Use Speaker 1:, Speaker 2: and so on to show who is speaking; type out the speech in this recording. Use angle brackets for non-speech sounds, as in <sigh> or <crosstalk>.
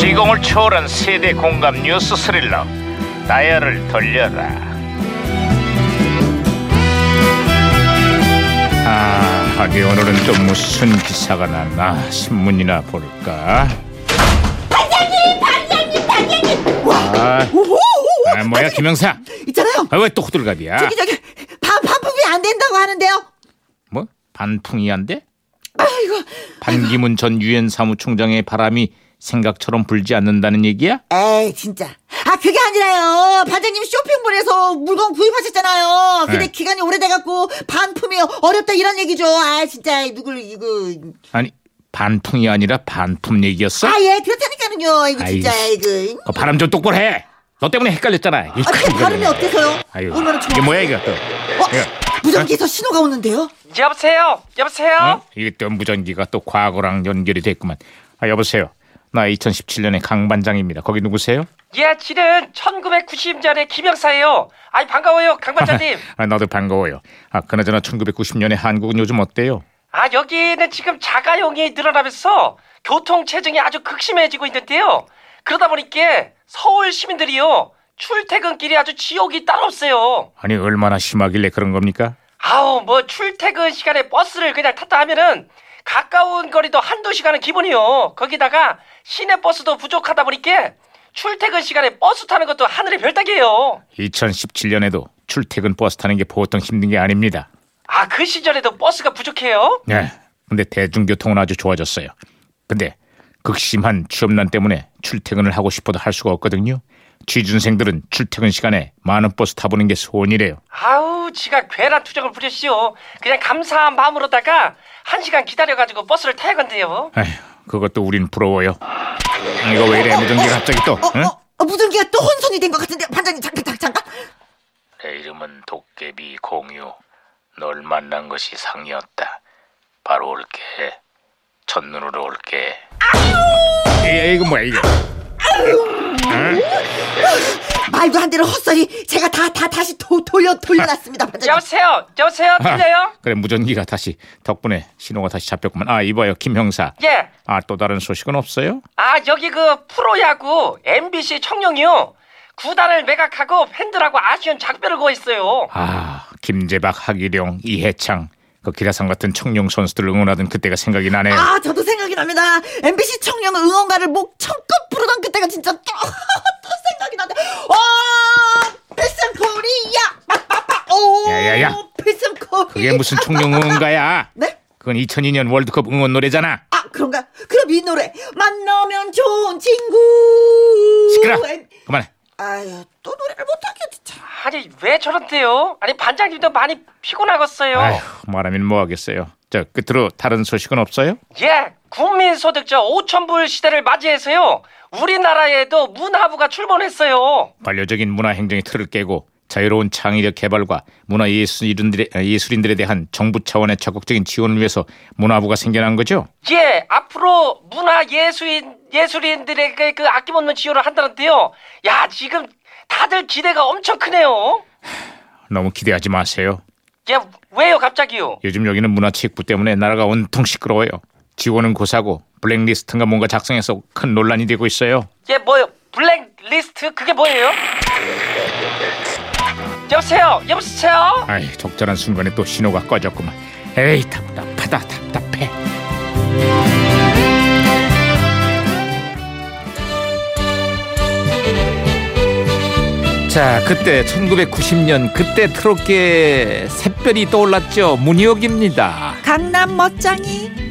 Speaker 1: 정열을 초월한 세대 공감 뉴스 스릴러 다이얼을 돌려라 아 하기 오늘은 또 무슨 기사가 났나 신문이나 볼까 아,
Speaker 2: 어,
Speaker 1: 반장님 반장님 반장님
Speaker 2: 오호!
Speaker 1: 와 아, 뭐야 김영사
Speaker 2: 있잖아요.
Speaker 1: 아, 왜 또 호들갑이야
Speaker 2: 저기 저기 반 반품이 안 된다고 하는데요.
Speaker 1: 뭐 반풍이 안돼
Speaker 2: 아이고.
Speaker 1: 반기문 전 유엔 사무총장의 바람이 생각처럼 불지 않는다는 얘기야?
Speaker 2: 에이 진짜. 아 그게 아니라요. 반장님 쇼핑몰에서 물건 구입하셨잖아요.
Speaker 1: 네.
Speaker 2: 근데 기간이 오래돼갖고 반품이 어렵다 이런 얘기죠. 아 진짜 누굴 이거.
Speaker 1: 아니 반풍이 아니라 반품 얘기였어?
Speaker 2: 아예 그렇다니까요. 이거 진짜
Speaker 1: 아이씨.
Speaker 2: 이거.
Speaker 1: 그 발음 좀 똑바로 해. 너 때문에 헷갈렸잖아. 이
Speaker 2: 아, 그
Speaker 1: 큰
Speaker 2: 발음이
Speaker 1: 이거는.
Speaker 2: 어때서요?
Speaker 1: 아유,
Speaker 2: 얼마나 좋아.
Speaker 1: 이게 뭐야 이거 또?
Speaker 2: 어?
Speaker 1: 이거,
Speaker 2: 무전기에서 신호가 오는데요?
Speaker 3: 여보세요?
Speaker 1: 어?
Speaker 3: 여보세요?
Speaker 1: 이게 또 무전기가 또 과거랑 연결이 됐구만. 아 여보세요. 나 2017년의 강 반장입니다. 거기 누구세요?
Speaker 3: 예, 지는 1990년의 김영사예요. 아이 반가워요, 강반장님.
Speaker 1: 아, 나도 반가워요. 아 그나저나 1990년의 한국은 요즘 어때요?
Speaker 3: 아, 여기는 지금 자가용이 늘어나면서 교통 체증이 아주 극심해지고 있는데요. 그러다 보니까 서울 시민들이요. 출퇴근길이 아주 지옥이 따로 없어요.
Speaker 1: 아니 얼마나 심하길래 그런 겁니까?
Speaker 3: 아우, 뭐 출퇴근 시간에 버스를 그냥 탔다 하면은 가까운 거리도 한두 시간은 기본이요. 거기다가 시내 버스도 부족하다 보니까 출퇴근 시간에 버스 타는 것도 하늘의 별따기예요.
Speaker 1: 2017년에도 출퇴근 버스 타는 게 보통 힘든 게 아닙니다.
Speaker 3: 아, 그 시절에도 버스가 부족해요?
Speaker 1: 네. 근데 대중교통은 아주 좋아졌어요. 근데 극심한 취업난 때문에 출퇴근을 하고 싶어도 할 수가 없거든요. 취준생들은 출퇴근 시간에 많은 버스 타보는 게 소원이래요.
Speaker 3: 아우, 지가 괴란 투정을 부리시오. 그냥 감사한 마음으로다가 한 시간 기다려가지고 버스를 타야 건데요.
Speaker 1: 에휴, 그것도 우린 부러워요. 이거 왜 이래? 무전기 갑자기 또?
Speaker 2: 어,
Speaker 1: 응?
Speaker 2: 어, 어, 무전기가 또 혼선이 된 것 같은데 반장님 잠깐 잠깐, 잠깐.
Speaker 4: 내 이름은 도깨비 공유. 널 만난 것이 상이었다. 바로 올게. 첫눈으로 올게.
Speaker 1: 예, 에이, 이거 뭐야 이거?
Speaker 2: 말도 안 되는 헛소리 제가 다 다 다시 도, 돌려
Speaker 1: <laughs>
Speaker 2: 돌려놨습니다 반장님.
Speaker 3: 여보세요?
Speaker 1: 아.
Speaker 3: 여보세요? 들려요?
Speaker 1: 그래 무전기가 다시 덕분에 신호가 다시 잡혔구만. 아 이봐요 김 형사.
Speaker 3: 예.
Speaker 1: 아 또 다른 소식은 없어요?
Speaker 3: 아, 여기 그 프로야구 MBC 청룡이요. 구단을 매각하고 팬들하고 아쉬운 작별을 구했어요.
Speaker 1: 아 김재박, 하기룡, 이해창 그 기라상 같은 청룡 선수들을 응원하던 그때가 생각이 나네요.
Speaker 2: 아 저도 생각이 납니다. MBC 청년 응원가를 목 청껏 부르던 그때가 진짜 또, <laughs> 또 생각이 난다. 와 필승 코리아 빠빠빠 오
Speaker 1: 야야야.
Speaker 2: 필승 코리아
Speaker 1: 그게 무슨 청룡 응원가야?
Speaker 2: 네?
Speaker 1: 그건 2002년 월드컵 응원 노래잖아.
Speaker 2: 아 그런가? 그럼 이 노래 만나면 좋은 친구
Speaker 1: 시끄러.
Speaker 2: 엠-
Speaker 1: 그만해.
Speaker 2: 아유 또 노래를 못하겠지 참.
Speaker 3: 아니, 왜 저런데요? 아니, 반장님도 많이 피곤하겠어요.
Speaker 1: 아휴, 말하면 뭐 하겠어요. 저 끝으로 다른 소식은 없어요?
Speaker 3: 예, 국민소득자 5천불 시대를 맞이해서요. 우리나라에도 문화부가 출범했어요.
Speaker 1: 반려적인 문화 행정의 틀을 깨고 자유로운 창의력 개발과 문화 예술인들에, 예술인들에 대한 정부 차원의 적극적인 지원을 위해서 문화부가 생겨난 거죠.
Speaker 3: 예, 앞으로 문화 예술인 예술인들에게 그 아낌없는 지원을 한다는데요. 야, 지금 다들 기대가 엄청 크네요.
Speaker 1: 너무 기대하지 마세요.
Speaker 3: 예, 왜요, 갑자기요?
Speaker 1: 요즘 여기는 문화체육부 때문에 나라가 온통 시끄러워요. 지원은 고사고 블랙리스트인가 뭔가 작성해서 큰 논란이 되고 있어요.
Speaker 3: 예, 뭐요? 블랙리스트 그게 뭐예요? 여보세요, 여보세요.
Speaker 1: 아이 적절한 순간에 또 신호가 꺼졌구만. 에이 답답하다 답답해. 자 그때 1990년 그때 트롯계 샛별이 떠올랐죠 문희옥입니다.
Speaker 2: 강남 멋쟁이 네,